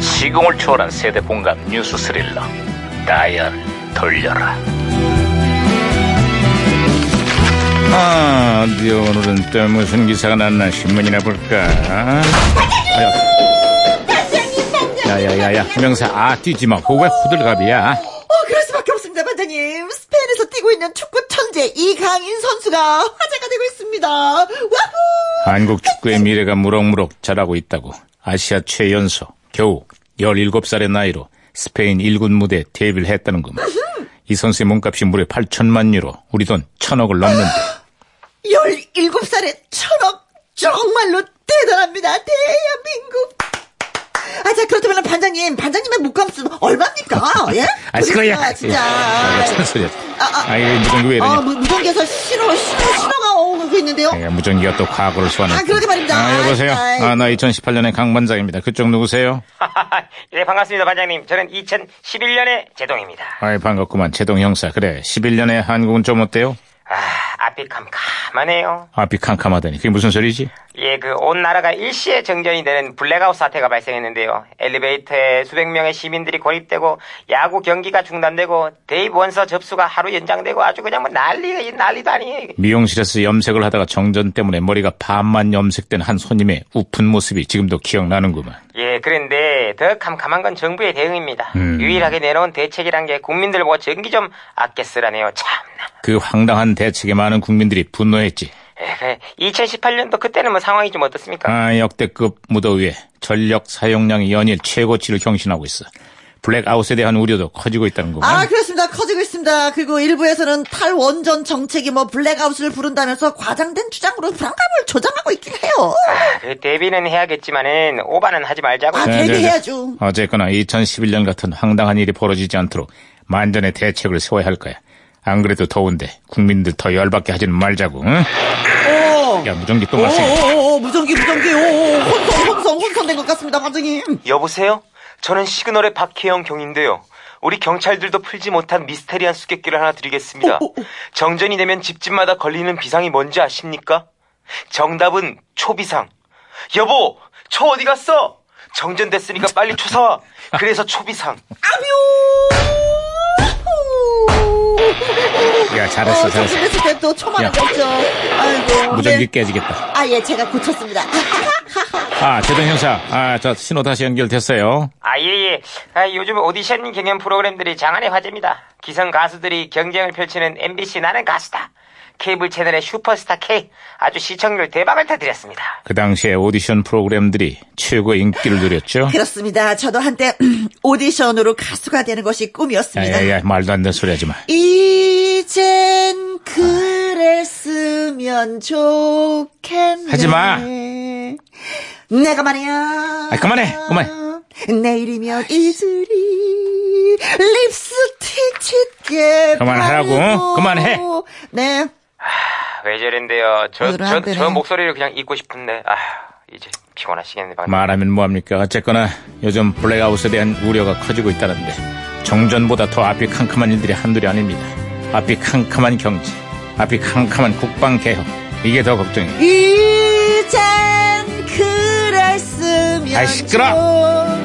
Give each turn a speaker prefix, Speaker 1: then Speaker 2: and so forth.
Speaker 1: 시공을 초월한 세대 공감 뉴스 스릴러 다이얼 돌려라 아 어디 오늘은 또 무슨 기사가 났나 신문이나 볼까 아야 야야야야 명사 아 뛰지마 호가 호들갑이야
Speaker 2: 어, 그럴 수밖에 없습니다, 반장님. 스페인에서 뛰고 있는 축구 천재 이강인 선수가 화제가 되고 있습니다. 와후!
Speaker 1: 한국 축구의 미래가 무럭무럭 자라고 있다고 아시아 최연소 겨우 17살의 나이로 스페인 1군 무대에 데뷔를 했다는 겁니다. 이 선수의 몸값이 무려 8천만 유로, 우리 돈 천억을 넘는데
Speaker 2: 17살에 천억! 정말로 대단합니다. 대한민국! 아, 자, 그렇다면 반장님, 반장님의 목값은 얼마입니까? 예?
Speaker 1: 아, 시끄러워.
Speaker 2: 아, 진짜.
Speaker 1: 무슨 소리야.
Speaker 2: 아, 아.
Speaker 1: 아, 이거 무전기 왜 이러냐.
Speaker 2: 아, 무- 무전기에서 신호, 신호, 신호가 오고 있는데요.
Speaker 1: 아, 무전기가 또 과거를 소환해.
Speaker 2: 아, 그러게 말입니다.
Speaker 1: 아, 여보세요.
Speaker 2: 아이, 아이.
Speaker 1: 아, 나 2018년의 강반장입니다. 그쪽 누구세요?
Speaker 3: 예, 반갑습니다, 반장님. 저는 2011년의 제동입니다.
Speaker 1: 아이, 예, 반갑구만. 제동 형사. 그래. 11년의 한국은 좀 어때요?
Speaker 3: 아, 앞이 캄캄하네요.
Speaker 1: 앞이 캄캄하다니. 그게 무슨 소리지?
Speaker 3: 예, 그 온 나라가 일시에 정전이 되는 블랙아웃 사태가 발생했는데요. 엘리베이터에 수백 명의 시민들이 고립되고 야구 경기가 중단되고 대입 원서 접수가 하루 연장되고 아주 그냥 뭐 난리가 이 난리도 아니에요. 이게.
Speaker 1: 미용실에서 염색을 하다가 정전 때문에 머리가 반만 염색된 한 손님의 우픈 모습이 지금도 기억나는구만.
Speaker 3: 예, 그런데 더 캄캄한 건 정부의 대응입니다.
Speaker 1: 음.
Speaker 3: 유일하게 내놓은 대책이란 게 국민들 보고 전기 좀 아껴 쓰라네요. 참나.
Speaker 1: 그 황당한 대책에 많은 국민들이 분노했지.
Speaker 3: 예, 그래. 2018년도 그때는 뭐 상황이 좀 어떻습니까?
Speaker 1: 아, 역대급 무더위에 전력 사용량이 연일 최고치를 경신하고 있어. 블랙아웃에 대한 우려도 커지고 있다는 거구만.
Speaker 2: 아, 그렇습니다. 커지고 있습니다. 그리고 일부에서는 탈원전 정책이 뭐 블랙아웃을 부른다면서 과장된 주장으로 불안감을 조장하고 있긴 해요.
Speaker 3: 그 데뷔는 해야겠지만은 오바는 하지 말자고.
Speaker 2: 아,
Speaker 1: 자, 자, 자.
Speaker 2: 대비해야죠.
Speaker 1: 네, 어쨌거나 2011년 같은 황당한 일이 벌어지지 않도록 만전의 대책을 세워야 할 거야. 안 그래도 더운데 국민들 더 열받게 하지는 말자고. 응?
Speaker 2: 오!
Speaker 1: 야, 무전기 또 왔어.
Speaker 2: 오오오 무전기 무전기 오 혼선 혼선 혼선된 것 같습니다 반장님
Speaker 3: 여보세요? 저는 시그널의 박혜영 경인데요. 우리 경찰들도 풀지 못한 미스테리한 수수께끼를 하나 드리겠습니다. 정전이 되면 집집마다 걸리는 비상이 뭔지 아십니까? 정답은 초비상. 여보, 초 어디 갔어? 정전 됐으니까 빨리 초사와. 그래서 초비상.
Speaker 1: 야, 잘했어, 잘했어.
Speaker 2: 정신했을 때또 초반에
Speaker 1: 야.
Speaker 2: 됐죠 아이고
Speaker 1: 무전기
Speaker 2: 네.
Speaker 1: 깨지겠다.
Speaker 2: 아예 제가 고쳤습니다
Speaker 1: 아, 제동 형사. 아, 저 신호 다시 연결됐어요.
Speaker 3: 아, 예, 예. 아, 요즘 오디션 경연 프로그램들이 장안의 화제입니다. 기성 가수들이 경쟁을 펼치는 MBC 나는 가수다. 케이블 채널의 슈퍼스타 K. 아주 시청률 대박을 터뜨렸습니다.
Speaker 1: 그 당시에 오디션 프로그램들이 최고의 인기를 누렸죠.
Speaker 2: 그렇습니다 저도 한때 음, 오디션으로 가수가 되는 것이 꿈이었습니다
Speaker 1: 야야야, 말도 안 되는 소리 하지 마.
Speaker 2: 이젠 그랬으면 좋겠네
Speaker 1: 하지 마.
Speaker 2: 내가 말이야
Speaker 1: 아, 그만해, 그만.
Speaker 2: 내일이면 이슬이 립스틱 짙게
Speaker 1: 그만하라고,
Speaker 2: 바르고.
Speaker 1: 그만해.
Speaker 2: 네
Speaker 3: 아, 왜 저런데요? 저,
Speaker 2: 오늘은 안
Speaker 3: 저,
Speaker 2: 되네.
Speaker 3: 저 목소리를 그냥 잊고 싶은데, 아 이제 피곤하시겠네, 방금.
Speaker 1: 말하면 뭐합니까? 어쨌거나 요즘 블랙아웃에 대한 우려가 커지고 있다는데 정전보다 더 앞이 캄캄한 일들이 한둘이 아닙니다. 앞이 캄캄한 경제, 앞이 캄캄한 국방 개혁. 이게 더 걱정이에요.
Speaker 2: 이젠 그랬으면
Speaker 1: 아이, 시끄러.